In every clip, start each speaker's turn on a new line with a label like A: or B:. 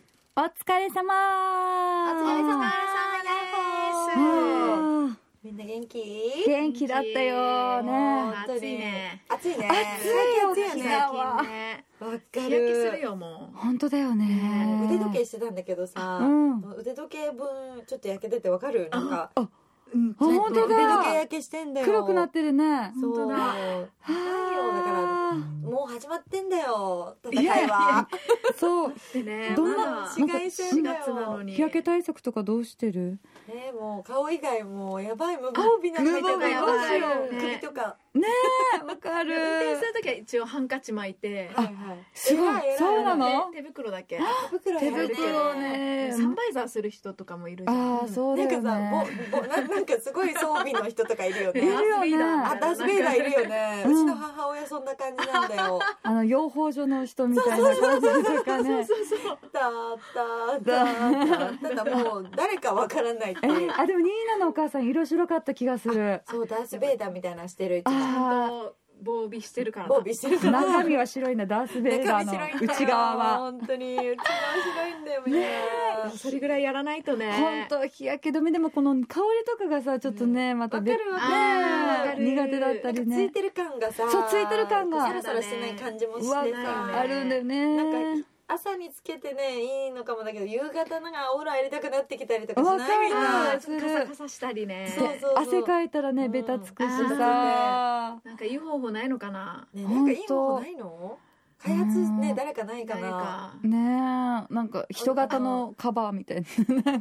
A: お疲れ様
B: お疲れ様です。
A: あ
C: みんな元気
A: ー元気だったよ
B: もう
A: ね
B: 暑いね。
C: 暑いね
A: 暑いよ
C: 暑い
A: 沖縄は
B: ね。
C: わか
B: 日
C: る
B: 焼けするよも
A: 本当だよね
C: 腕時計してたんだけどさ、
A: うん
C: 腕時計分ちょっと焼けててわかるなんか
B: う。うん
A: あ本当
C: 腕時計
A: だ
C: 焼けしてんだよ
A: 黒くなってるね
C: そう
B: 本当だ
C: 太陽だから
A: あ
C: もう始まってんだよ戦
A: ーいや
C: い
A: いや
C: は
A: そう
B: ね。
A: どんな
B: まだ
C: 紫外線だよ
B: 夏なのに。
A: 日焼け対策とかどうしてる
C: ねもう顔以外もうやばい無防備なの
B: 無防
A: 備
C: い
A: やばい
B: よね
C: 首とか
A: ねわかる
B: 運転するときは一応ハンカチ巻いて。
C: はいはい
A: すごい
C: 偉偉
A: そうなの
B: 手袋だけ。
C: 手袋
A: 手
C: やるけど
A: 袋ね
B: サンバイザーする人とかもいるじゃん。
A: ああそうだ
C: なん
A: よ
C: かさ
A: ね
C: ぼぼななんかすごい装備の人とかいるよ
B: ね
A: いる
C: ね
A: よね
C: あダースベイダーいるよ。ね
A: うん
C: うちの母親そんな感じなんだ よ
A: あの養蜂所の人みたいな感じとか
B: そう
A: ね
B: そうそう。
C: だだだだだもう誰かわからないっていう
A: えあでもニーナのお母さん色白かった気がする
C: そうダース・ベイダーみたいなのしてるうち
B: ち
A: あ
C: の
B: ゃんと防備してるからな。
C: 防備してるから
A: 中身は白いんだダース・ベイダーの
C: 中身白いんだよ
A: 内側は
C: 本当に内側白いんだよみたいな
B: それぐらいやらないとね。
A: 本当日焼け止めでもこの香りとかがさちょっとねまた別
C: わかるわ
B: かる
A: ね苦手だったり
C: つい
A: ね
C: てる感がさ
A: そうついてる感が
C: サラサラしてない感じも
A: う
C: し
A: わ
C: て
B: ね
C: さ
A: あるんだよ
C: なん
A: ね
C: か朝につけてねいいのかもだけど夕方のがオーラ入れたくなってきたりとかし
A: わ
C: な
A: か
C: いみんな
A: る
B: ちょっとカサカサしたりね。
C: そうそうそう
A: 汗かいたらね
C: うん
A: ベタつくし
B: あー
A: さ
B: なんかいい方法ないのかな。
C: ねなんかいい方法ないの開発ね誰かないか
B: 誰
C: な
B: か。
A: ねえなんか人型のカバーみたい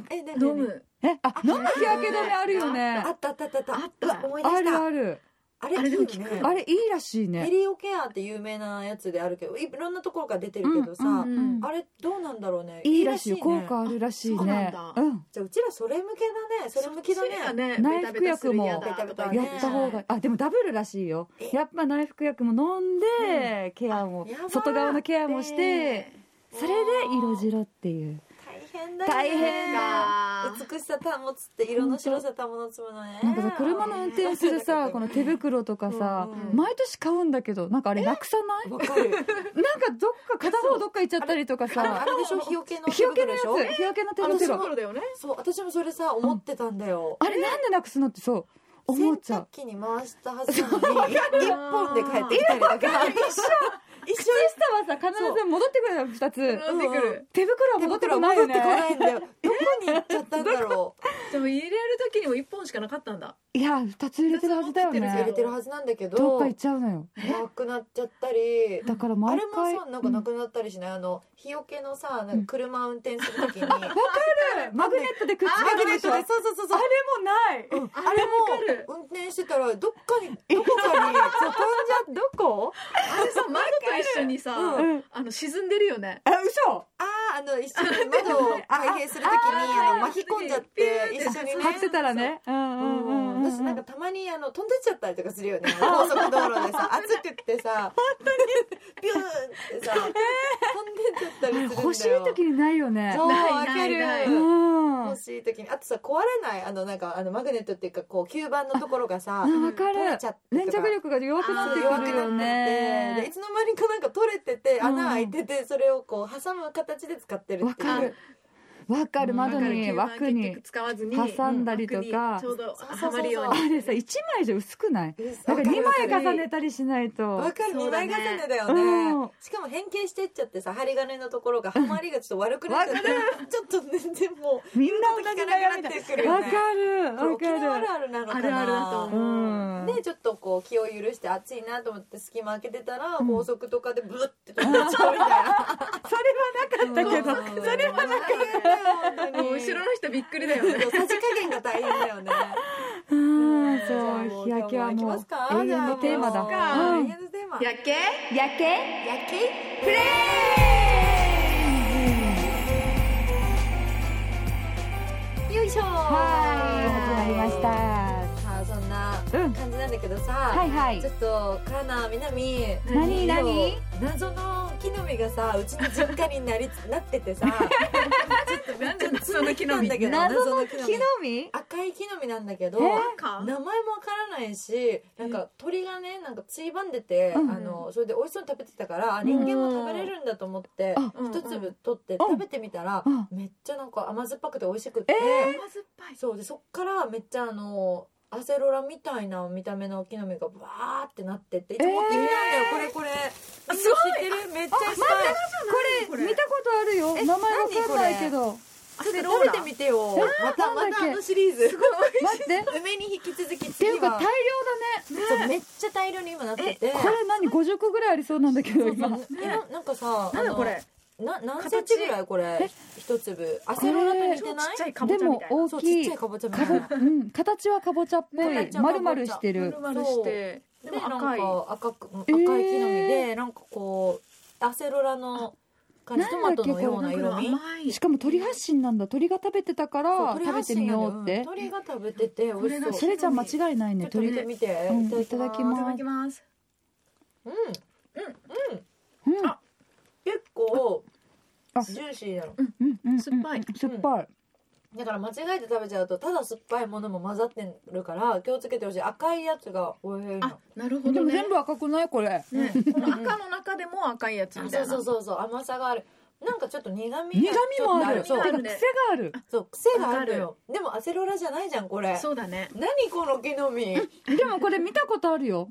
C: えね
B: 飲む。
A: な えあ飲む日焼け止めあるよね
C: あったあったあったあった
B: あった
C: うわ思い出
A: あ
C: し
A: る
C: た
A: ある
C: あれ
B: あれでも聞く
C: いいよ
A: あ
C: ね
A: れいいらしい
C: ヘ
A: ね
C: リオケアって有名なやつであるけどいろんなところから出てるけどさ、
A: うんうん
C: あれどうなんだろうね
A: いいらしいよ
C: ね
A: 効果あるらしい
B: そうなん
A: ね
B: だ
A: うん
C: じゃあうちらそれ向けだねそれ向きだね
B: ね
A: 内服薬も
B: ベタベタする
A: や
B: の嫌だ
A: った方がいいあでもダブルらしいよ
C: え
A: やっぱ内服薬も飲んで、ケアも
C: あやばい
A: 外側のケアもしてそれで色白っていう
C: 大変だね
A: 大変
B: だ
C: 美しさ保つって色の白さ保つものね
A: なんかさ車の運転する さこの手袋とかさ、
C: うん
B: うん
A: 毎年買うんだけどなんかあれなくさない
C: わかる
A: なんかどっか片方どっか行っちゃったりとか
C: あ
A: さ
C: れでしょ日よけの
A: 日
C: 手
A: よけのや
C: 袋でしょ
A: つ日よけの手
B: あのシンボ
A: 袋
B: ルだよね
C: そう私もそれさ思ってたんだよ
A: あれなんでなくすのってそう思っちゃ
C: 洗
A: う
C: 濯機に回したはずなのに 一本で帰ってきたりとか一緒
A: 靴下はさ必ず戻ってくるよ2つ
B: 戻ってくる
A: 手袋は
C: 手
A: 戻ってこ
C: 袋は
A: ない
C: 戻
A: よ
C: ってこ
A: ね
C: ないんだよどこに行っちゃったんだろう
B: でも入れる時にも1本しかなかったんだ
A: いや2つ入れてるはずだよ
B: 二
C: 入
B: つ
C: れ
A: ね
C: てるはずなんだけど
A: どっか行っちゃうのよ
C: なくなっちゃったり
A: だから
C: あ
A: 毎
C: れも
A: 回
C: さなんかなくなったりしないあの日よけのさなんか車運転すると きにマグネ
A: マグネットでくっつけてる
C: ッ
A: でし
C: ト
A: ょあ
C: が
A: れ
C: そうそうそうそう
A: もないど
C: あれ
B: わかる
C: も運転してたらどっかにどこかにそう飛んじゃどこ
B: あれさ窓と一緒にさ
A: うん
B: あの沈んでるよね
A: あ嘘
C: あああの一緒に窓を開閉するときにあの巻き込んじゃって一緒にね
A: 張ってたらねうん
C: う
A: うん
C: ん
A: うんうん
C: 私なんかたまにあの飛んでっちゃったりとかするよね高速道路でさ暑くってさ本当にビューンってさ飛んでっちゃったりするんだよ
A: 欲しい時にないよね
C: そう
B: ない
C: わかる
B: ないない
A: うん
C: 欲しい時にあとさ壊れないあのなんかあのマグネットっていうかこう吸盤のところがさ
A: あわか
C: 取れ
A: る
C: ちゃって
A: 粘
C: とか
A: 着力が弱くなって
C: 弱く
A: くる
C: な
A: よ
C: っててでい
A: ね
C: つの間にかなんか取れてて穴開いててそれをこう挟む形で使ってる
A: わ
C: っていう
A: かるわかる
C: うん
A: 窓に
B: わか
A: 枠
B: る吸盤結
A: に
B: 局使わずに
A: 挟んだりとか
B: 枠にちょうど
C: そうそうそう
B: はまるよう
A: あ
C: そ
B: に
A: れさ1枚じゃ薄くないなんか2枚重ねたりしない
C: わ
A: と
C: かる
B: そう
C: 2
B: だ
C: 枚
B: ね
C: 重ねだよ
A: うん
C: ねしかも変形してっちゃってさ針金のところがハマりがちょっと悪くなっちゃってちょっと全然もう
A: みんな同じ
C: 聞かな
A: 悩
C: く
A: みだ
C: なってくるよ
A: わ
C: ね
A: かるわ
C: 沖縄
A: か
C: あ
A: る
C: るあるなのかな
B: あるあるだと思う
A: うん
C: でちょっとこう気を許して暑いなと思って隙間開けてたら高速とかでブッて飛んでっちゃうみたいな
A: それはなかったけど
C: うんそれはなんかね
B: もう後ろの人びっくりだよね
C: さじ加減が大変だよね
A: うん
C: じゃあ
A: そう日焼けは
C: 今日
A: も
C: 行きますか
A: う永遠のテーマだ
C: じゃあも
A: う
C: う
A: ん
C: 永遠のテーマ
B: やっけ
A: 焼け
C: 夜景
A: プレ
C: よいし
A: イ
C: ょ
A: はい始まりました
C: さあそんな
A: うん
C: 感じなんだけどさ、
A: はいはい
C: ちょっとカーナみなみ
A: 何何
C: 謎の木の実がさうちの実家になりなっててさちょっと
B: れなんでその木の
C: な
B: 実
C: んだけど
A: 謎
C: 謎
A: の
C: の
A: 木
C: 木
A: の
C: の実
A: 実
C: 赤い木の実なんだけど、
A: え
B: か
C: 名前もわからないしなんか鳥がねなんかついばんでて、
A: うん
C: あのそれで美味しそうに食べてたから、あ人間も食べれるんだと思って
A: あ
B: うん
C: 一
B: うん
C: 粒取って
A: うん
C: 食べてみたら、
A: うん
C: めっちゃなんか甘酸っぱくて美味しくって、
B: 甘酸っぱい
C: そうでそっからめっちゃあのアセロラみたいな見た目の木の実がバーってなってっていつも持ってきたんだよ、これこれみんな知ってるめっちゃ
A: これ見たことあるよ名前わかんないけど待
C: したいちょっと食べてみてよまた
A: なん
C: ま
A: だっけ
C: たあのシリーズ
A: ってっ
C: 梅に引き続き
A: てい
C: 次
A: うか大
C: は
A: 量
C: そうめっちゃ大量に今なってて
A: だねこれ何50個ぐらいありそうなんだけど
C: そうそ
A: 今
C: うえななんかさ
B: なんだ
C: あの
B: これ
C: な何センチぐらいこれ一粒アセロラと似てない
B: ちっちゃいかぼ
A: で
B: ちゃみ
A: も
B: たいな
A: 大
C: そうちっ
A: き
C: ち
A: い
C: ゃいかぼちゃみた
A: か
C: いな
A: ぼうん形はかぼちゃっぽい
C: 形はかぼちゃ
A: 丸々してる
B: 丸々してで
C: で
B: も
C: なん
B: 赤い
C: か赤く赤い
A: え
C: 木
A: ー
C: の実でなんかこうアセロラの感じ
A: あ
C: トマトのよ
A: な
C: うなん色味
B: 甘い
A: しかも鳥発信なんだ鳥が食べてたから
C: 鳥
A: 食べてみようって
C: 鳥が食べてて美味し
B: これが
C: そ
A: そうれじゃ間違いない
C: ちょ
A: ね
C: っと
A: 鳥う
C: 見てみて
A: うん
C: いただきま
B: い
C: す
B: ただきます
C: うん
A: ん
B: あ
C: 結構
A: あ
C: ジューシーなの
A: うんうんうん
B: 酸っぱい
A: 酸っぱい
C: だから間違えて食べちゃうとただ酸っぱいものも混ざってるから気をつけてほしい赤いやつが美味しいの
B: あなるほ
A: で
B: ど
A: も
B: ね
A: 全部赤くないこれ
B: ねこの赤の中でも赤いやつみたい
C: そう
B: な
C: そうそうそう甘さがあるなんかちょっと苦味が
A: 苦味もある
C: ちょ
A: て
C: っ
A: か
C: と
A: 癖が
B: あるね
A: ある
C: そう癖があるのよでもアセロラじゃないじゃんこれ
B: そうだね
C: 何この木の実
A: でもこれ見たことあるよ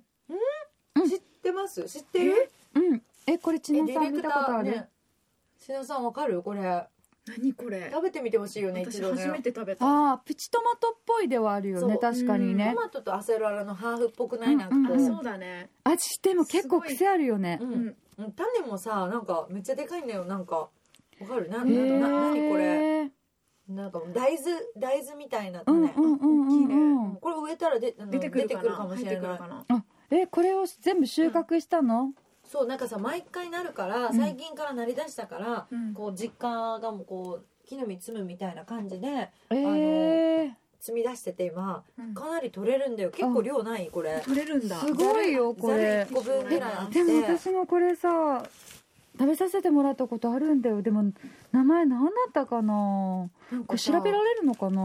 C: 知ってます知ってる
A: うんえこれ千
C: え
A: 奈さん見たことある
C: ねしなさんわかるこれ
B: 何これ
C: 食べてみてほしいよね一
B: 私
C: 度
B: 初め
C: ね
B: て食べた
A: ああプチトマトっぽいではあるよ
C: そ
A: ね
C: う
A: 確かに
C: ト
A: ね
C: マトとアセロラのハーフっぽくないなんかこ
A: ん
C: う
A: うん
B: そうだね
A: 味でも結構癖あるよね
C: う
B: うんん
C: うん種もさなんかめっちゃでかいんだよなんかわかるな
A: へ
C: なな何これ
A: ー
C: なんか大豆大豆みたいな
A: うんうん
C: 種
A: うんう
B: 大きいね
A: んうん
C: これ植えたらであの
B: 出
C: 出
B: て
C: て
B: く
C: く
B: る
C: る
B: か
C: か
B: な
C: も
B: 入
C: し
B: って
C: れ
B: くる
C: ない
B: かな
A: えこれを全部収穫したの
C: そうなんかさ毎回なるから
A: ん
C: 最近からなりだしたから、
B: うん
C: こう実家がもうこう木の実積むみたいな感じで
A: えー
C: 積み出してて今
B: うん
C: かなり取れるんだよ結構量ないこれ
B: 取れるんだ
A: すごいよこれ
C: ざる一個分ぐらいあって
A: でも私もこれさ食べさせてもらったことあるんだよでも名前何だったかな
C: なん
A: これ
C: かさ
A: 調べられるのかな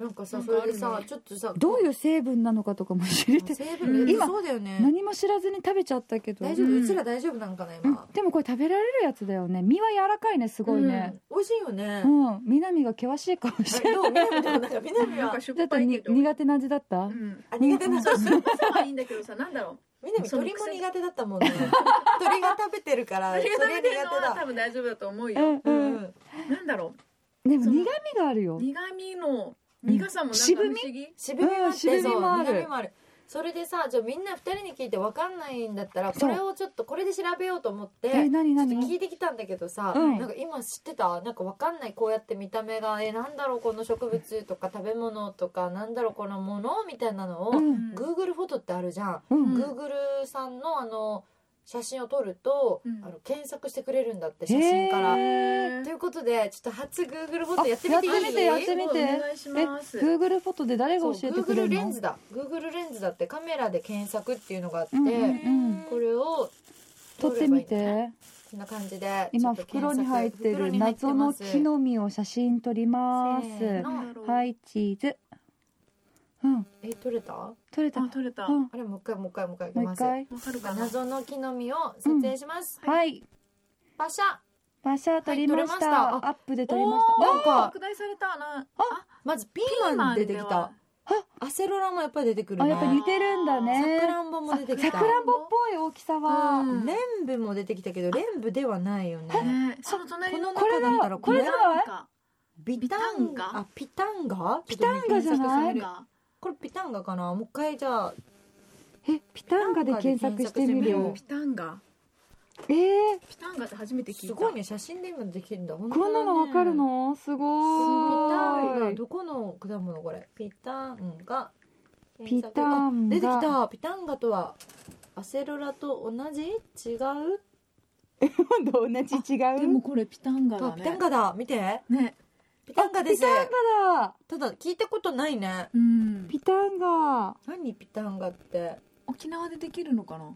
C: なんか
B: な
C: さ
B: ん
C: そ
B: か
C: れ
B: あるね
C: でさちょっとさ
A: どういうう成分なのかとかも知りたい
C: 成分
B: うん
C: 今そうだよね
A: 何も知らずに食べちゃったけど
C: 大丈夫、
A: う
C: うんちら大丈夫なんかな今
A: ん、でもこれ食べられるやつだよね身は柔らかいねすごいね
C: うん美味しいよね、
A: うん、南が険しい顔し
C: あ
A: て
C: れ
A: る
C: どうみなみとかなんかみなみ
B: なん
C: は
B: かしょ
A: だ
B: っ
A: った
B: ぱ
A: ら
B: い
A: に
B: けど
A: 苦手な味だった、
B: うん
C: あ苦手な
B: そうそれこそはいいんだけどさなんだろう
C: みなみ
B: その
C: 鳥
B: 癖
C: も苦手だったもんね鳥が食べてるから それ
B: 鳥が食べ
C: 苦
B: て
C: 手
B: るのは多
C: だ
B: 分大丈夫だと思う
A: う
B: よ
A: ん
C: う
A: うん、
C: ん
B: なんだろ
A: でも
B: そ
A: 苦
B: の
A: 味があるよ
B: う苦味の苦さもなんか不
A: 渋
B: 思
A: み
B: 議
C: 渋みもあ
A: うん
C: って、
A: 渋みもある
C: そう苦みもあるそれでさじゃあみんな2人に聞いて分かんないんだったら
A: そう
C: これをちょっとこれで調べようと思って、
A: え何
C: ちょっと
A: 何
C: 聞いてきたんだけどさ、
A: うん
C: なんか今知ってたなんか分かんないこうやって見た目がえなんだろうこの植物とか食べ物とかなんだろうこのものみたいなのを、
A: うん
C: Google フォトってあるじゃん、
A: うんん
C: Google さんのあの写真を撮ると、
B: うん
C: あの検索してくれるんだって写真から。
A: へー
C: ということでちょっと初 Google フォトやってみていい
A: あやってみてやってみて
B: お願いします
A: え Google フォトで誰が
C: そ
A: 教
C: う
A: えてくれ
C: Google
A: るの
C: レンズだ Google レンズだってカメラで検索っていうのがあって、
A: うんうん
C: これを
A: 撮ってみ
C: 撮ればいいの
A: て
C: こんな感じで
A: 今
C: ちょっと検
A: 袋
C: 索
A: に入って
C: 袋
A: る
C: に入って
A: 謎
C: ま
A: の
C: す
A: 木の実を写真撮りま
C: せー
A: す
C: の
B: なんだろう
A: はいチーズうん
C: え撮れたあ
A: 撮れた
B: あ取れた
A: うん
B: わ
C: れもう一回もう一回もう一回いき
A: もう
C: ま
A: 一
C: す
A: 回
B: かるかな
C: 謎の木の実を撮影します、
A: はい
C: パシャ
A: パシャ撮りまし
C: はい撮れました
A: たアップで撮りました
C: おー
A: なんか
B: 拡大されたな
C: まずピーマン出てき
B: ピーマ
C: た
B: ン
C: アセロラもやっぱり出てくる
A: あ
C: ね
A: やっぱ似てるんだね
C: さくらんぼも出てき
A: さ
C: た
A: くらんぼっぽい大きさは
B: うん
C: レンブも出てきたけどレンブではないよ
B: では
C: ね
B: ねその隣
C: この
B: の
C: 中だったら
A: これだこれだ
B: なんか
C: ビタンガあピタンガ
A: ピタンガじゃない
B: なんか
C: これピタンガかなもう一回じゃあ
A: えピタンガで検索してみるよ
B: ピタンガ
A: えー
B: ピタンガって初めて聞い
C: す
B: た
C: ごいね写真で今できるんだこん
A: こんなのわかるのすご
C: ピタン
A: ー
C: ガ
A: い
C: どこの果物これピタンガ
A: ピタンガ
C: あ出てきたピタンガとはアセロラと同じ違う
A: 今度同じ違う
B: でもこれピタンガ
C: あ
B: だ
C: ピタン
B: ね
C: ガだ見て
B: ね
C: ピタンガです
A: ピタンガだ
C: ただ聞いたことないね
B: うん
A: ピタンガ
C: 何ピタンガって、
B: 沖縄でできるのかな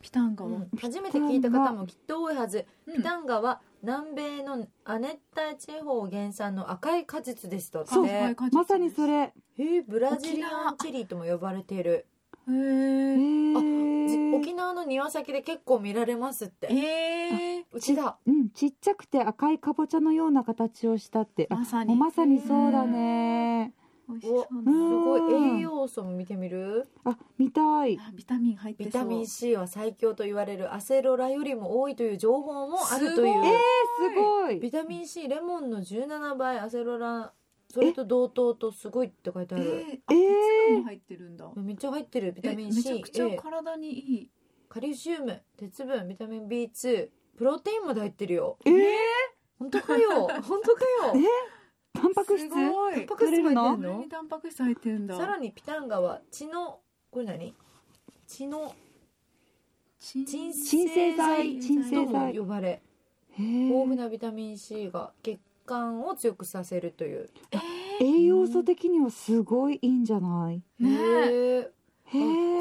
B: ピタンガは
C: 初めて聞いた方もきっと多いはず、
B: うん
C: ピタンガは南米の亜熱帯地方原産の赤い果実ですとって
A: そう
B: 赤い果実
A: まさにそれへ
C: えーブラジリアンチェリーとも呼ばれている
B: へー
C: じ
A: ー
C: 沖縄の庭先で結構見られますって
B: えー
C: うちだ
A: うんちっちゃくて赤いかぼちゃのような形をしたってあ
B: まさ
A: も
B: に
A: うまさにそうだね
B: 美味しそうだ
A: う
C: す
A: ん
B: な
C: ごい栄養素も見てみる
A: あ見たい
B: あビタミン入ってそう
C: ビタミン C は最強と言われるアセロラよりも多いという情報もあるとい
B: す
C: う
B: ごい
A: すごい
C: ビタミン C レモンの17倍アセロラそれと同等とすごいって書いてあ
B: え
C: る
B: ー、
A: え
B: あ
A: ー
B: 鉄分も入ってるんだ
C: めっちゃ入ってるビタ
B: え
C: ミ
B: め
C: ン C
B: ちゃくちゃ
C: A
B: 体にいい
C: カリシウム鉄分ビタミン B2 プロテインまで入ってるよ
A: えー
C: 本当か よ本当か
A: え
C: よ
A: タンパク質
B: すごい
C: タンパク質も入って
B: こ
C: ん
B: れ
C: の
B: にタンパク質入ってるんだ
C: さらにピタンガは血のこれ何血の
B: 鎮
C: 鎮
A: 鎮静剤鎮
C: と
A: 静
C: も
A: 剤
C: 呼ばれ
A: へ
C: 豊富
A: ー
C: なビタミン C が血管を強くさせるという
B: え
A: 栄養素的にはすごいいいんじゃない
B: ねえ
C: へえ
A: へ
C: あ
A: え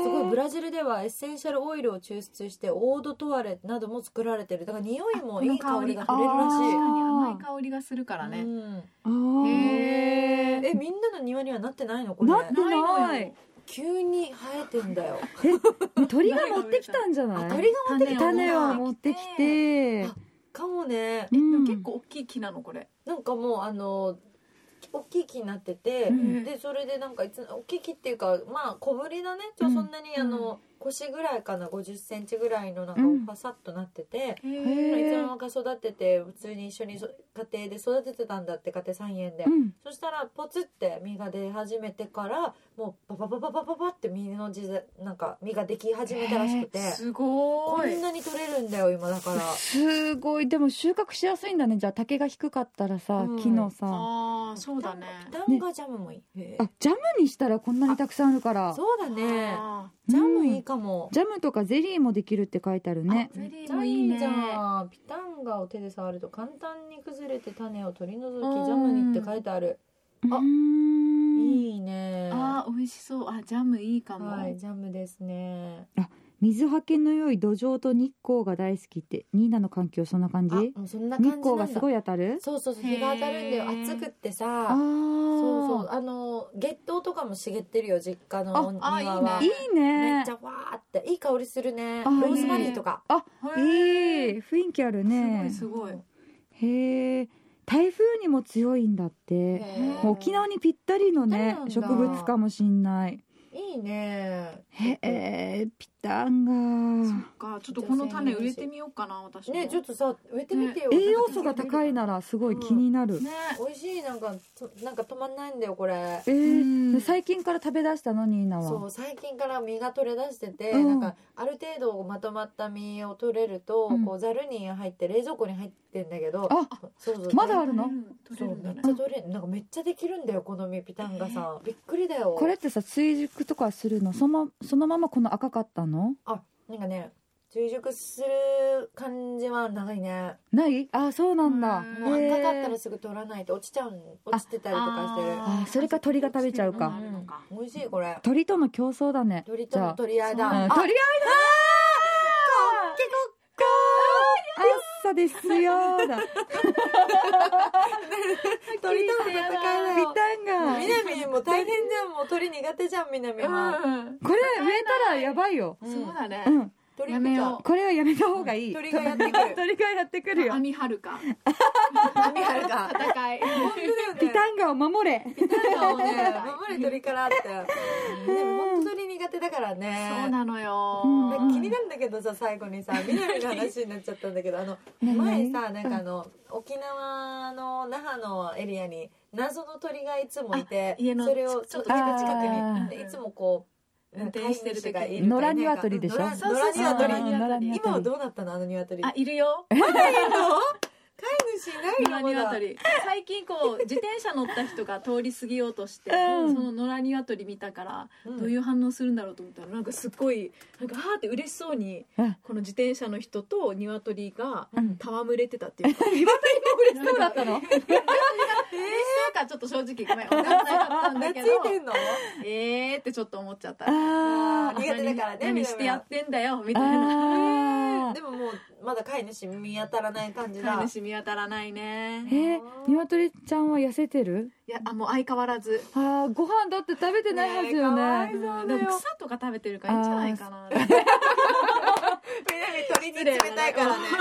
C: すごいブラジルではエッセンシャルオイルを抽出してオードトワレなども作られてるだから匂いもいい香りが
B: こ
C: 触
B: の
C: れるらしい
B: 確
A: あ
B: かに甘い香りがするからね、
C: うん
A: あー
B: へー
C: えみんなの庭にはなってないのこれ
A: なってない
B: ないのよ
C: 急に生えてんだよ
A: 鳥が持ってきたんじゃない
C: あ鳥が持ってきた
A: 種を持ってきて
C: あかもね
A: う
B: でも
A: ん
B: 結構大きい木なのこれ、
C: なんかもうあの大きい木になってて、
A: うん
C: でそれでなんかいつ大きい木っていうかまあ小ぶりだねちょ
A: うん
C: そんなに、あの腰ぐらいかな5 0ンチぐらいのなんか
A: うん
C: パサッとなってて、
B: へ
A: へー
C: いつの間にか育てて普通に一緒にそ家庭で育ててたんだって家庭菜園で、
A: うん
C: そしたらポツって実が出始めてからもうバババババババって実のじざなんか実ができ始めたらしくて、
B: すご
C: こ
B: ーい
C: んなに取れるんだよ今だから
A: すごいでも収穫しやすいんだねじゃあ竹が低かったらさ、
C: うん
A: 木のさ
B: ああそうだね
C: ピタンガジャムもいい、へえ
A: あジャムにしたらこんなにたくさんあるから
C: そうだね
B: あ
C: ジャムいいかも、
A: ジャムとかゼリーもできるって書いてあるね
B: あゼリーもいいね
C: じゃんピタンガを手で触ると簡単に崩れて種を取り除きジャムにって書いてある、あ
A: うーん
C: いいね
B: ーあー美味しそうあジャムいいかも、
C: はいジャムですね
A: 水はけの良い土壌と日光が大好きってニーナの環境そんな感じ
C: あもうそんな感
A: 日
C: じなんだ
A: 光がすごい当たる
C: そうそうそう日が当たるんだよ
B: へー
C: 暑くっ
A: あ
C: て
A: あ
C: さそうそう
A: ー
C: あの月桃とかも茂ってるよ実家のお庭
B: ああ
C: はい
B: い
A: い
B: ね
A: い
C: め
A: ね
C: っちゃわーっていい香りするね
A: あ
C: ロ
A: ー
C: ーズマリーとか
A: いい
B: へー
A: 雰囲気あるね
B: すごいすごい
A: へえ台風にも強いんだって
C: へー
A: もう沖縄にぴったりのね
C: ぴっ
A: 植
C: たりなんだ
A: 物かもしんない
C: いいね
A: へえピタンが
B: そっかちょっとこの種植えてみようかな私も
C: ねちょっとさ植えてみてよ、
A: 栄養素が高いならすごい気になる、
B: ね
C: 美味しいなんかとなんか止まんないんだよこれ
A: えー
B: うん
A: 最近から食べ出したのニーナ
C: そ
A: は
C: う最近から実が取れ出してて、
A: うん
C: なんかある程度まとまった実を取れると、
A: うん
C: こうざるに入って冷蔵庫に入ってんだけど
A: あ
C: そうそう
A: まだあるの
B: 取
C: そ
B: れる
C: うんめ
B: だ
C: っ
B: ね
C: ちゃ取れるなんかめっちゃできるんだよこの実ピタンガさんびっくりだよ
A: これってさ追熟とかするのそのそのままこの赤かったの
C: なんかね追熟する感じは長いね
A: ないあそうなんだ
B: うん
C: もう
A: へー
C: 赤かったらすぐ取らないと落ちちゃうん落ちてたりとかしてる
A: あーそれか鳥が食べちゃうか
B: あるの
C: うん
B: か
C: 美味しいこれ
A: 鳥との競争だね
C: 鳥との取り合い
A: じ
C: だ
A: ゃあ、うん、
C: あ
A: 鳥合い
C: 結構
A: だ朝です よだ
C: 鳥との戦いだ
A: ピ
C: よ
A: タンが
C: みなみも大変じゃんもう鳥苦手じゃんみなみは、
B: うん
A: これ植えたらやばいよ
C: うん
B: そうだね
A: うん
C: 鳥
B: やめよ
A: これはやめた方がいい
C: 鳥がやってくる
A: 鳥がやってくるよ
B: 網張るか
C: 網張るか
B: 戦い
A: ピタンガを守れ
C: なんかね守れ鳥からってでも本当に苦手だからね
B: そうなのよ
A: うん
C: なんか気になるんだけどさ最後にさみなみの話になっちゃったんだけどあの
A: 何
C: 前さなんかあの沖縄の那覇のエリアに謎の鳥がいつもいて
B: あ家の
C: それを
B: ち
C: ちょ
B: ょ
C: っ
B: っ
C: と
B: と
C: 家の
A: あ
C: 近
A: ー
C: くにでいつもこう
B: 運転してる時
C: 飼い主がい
A: 野良鶏でしょ
C: 野良
B: そうそうそ
C: 野
B: う
C: 良
A: あ
C: 鶏
A: ー野良鶏
C: 今はどうなったのあの鶏
B: あいるよ
C: 飼い主いないの
B: 野良
C: まだ
B: 鶏最近こう自転車乗った人が通り過ぎようとして、
A: うん
B: その野良鶏見たから
C: うん
B: どういう反応するんだろうと思ったらなんかすっごいなんかはーって嬉しそうに
A: うん
B: この自転車の人と鶏が
A: うん
B: 戯れてたっていうか
A: 鶏も嬉しそうだったの
B: 鶏がそうかちょっと正直ごめん分かんなかったんだけど
C: 懐いてんの
B: えーってちょっと思っちゃった
A: あ
C: 苦手だからねみ
B: 何何
C: たいな
B: してやってんだよ
A: ー
B: みたいな
A: あー
C: でももうまだ飼い主見当たらない感じだ
B: 飼い主見当たらないね
A: え鶏ちゃんは痩せてる
B: いやあもう相変わらず
A: あーご飯だって食べてないはずよ
C: え
A: ね
C: かわいそうだよ
B: でも草とか食べてるからいいんじゃないかなって
C: 南鳥に冷たいからね
B: 怒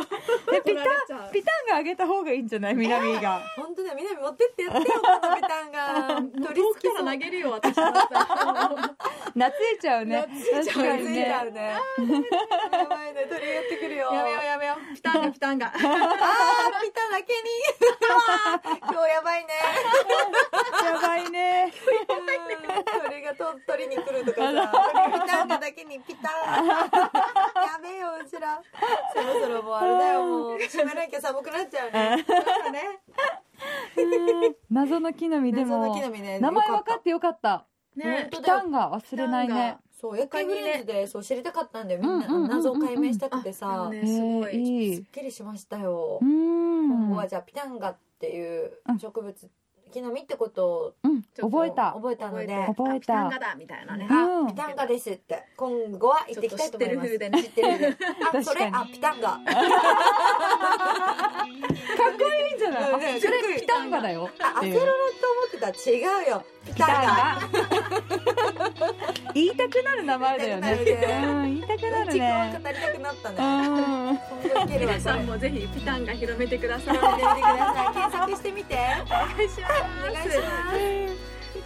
B: られちゃう
A: ピタンがあげた方がいいんじゃない南 が
C: 本当だよ南持ってってやってよこのペタン が
B: もう
C: 鳥好
B: 遠
C: き
B: く
C: そ
B: か
C: う
B: ら投げるよ私だったら
A: 懐いちゃうね
B: 懐いちゃう
A: 確か
C: 鳥つ
A: に
C: い
A: ね
C: ちゃうねやばいね鳥やってくるよ
B: やめようやめようピタンがピタンが
C: あーピタンだけに今日やばいね
A: やばいね
C: うん鳥がと鳥に来るとかさ鳥ピタンがだけにピタ ンやべえようちらそろそろもうあれだよもう閉めなきゃ寒くなっちゃうねそうだね
A: 謎の木の実で
C: 謎の
A: も
C: 木の実ね
A: 名前分かってよかった
B: ね
A: ピタンが忘れないね
C: そうエッグフレンズでそう知りたかったんだよみんな
A: うんうんうんうん
C: 謎を解明したくて
B: あ
C: さ
B: でも
A: え
B: ねすご
A: ー
B: い
A: い
C: すっ
A: い
C: きりしましたよ
A: うーん
C: 今後はじゃあピタンガっていう植物木の実ってことを
A: うん
B: ちょっと
A: 覚えた
C: 覚えたので
B: 覚
A: 覚えた
B: あピタンがだみたいなね
A: うん
C: あピタンガですって今後は行ってきたいと思います
B: ちょっと知ってる風でね
C: 知ってる風で
A: か
C: あ
A: に
C: それあピタンガ
A: かっこいいんじゃない
C: うんね
A: あそ
C: かっこい
A: れ
C: い
A: ピタンガだよ
C: あアセロラと思ってた違うよピ
A: ピタ
C: タン
A: ン
C: ガ
A: ガ言いたくなる名前だよね
C: 言いたくなるね
A: うん言いたくな
C: うん
A: る
C: ちくわ
A: ね
C: 語りたくなった
A: う
C: ね
A: ん
C: 今後行けるわ
B: 皆
C: こ
B: さ
C: れ
B: んもぜひピタンが広めてくだ さい
C: 調べてみてください検索してみて
B: お願いします
C: お願いします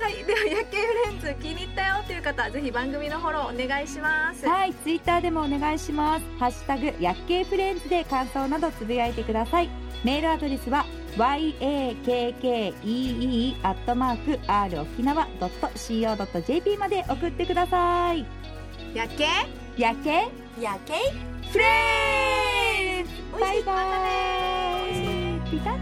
B: はい、では夜景フレンズ気に入ったよという方はぜひ番組のフォローお願いします
A: はい、ツイッターでもお願いします。ハッシュタグ、薬系フレンズで感想などつぶやいてください。メールアドレスは、yakkee.r-okinawa.co.jp まで送ってください。
B: 夜景
A: 薬系
C: やけい
A: フレンズバイバイピタン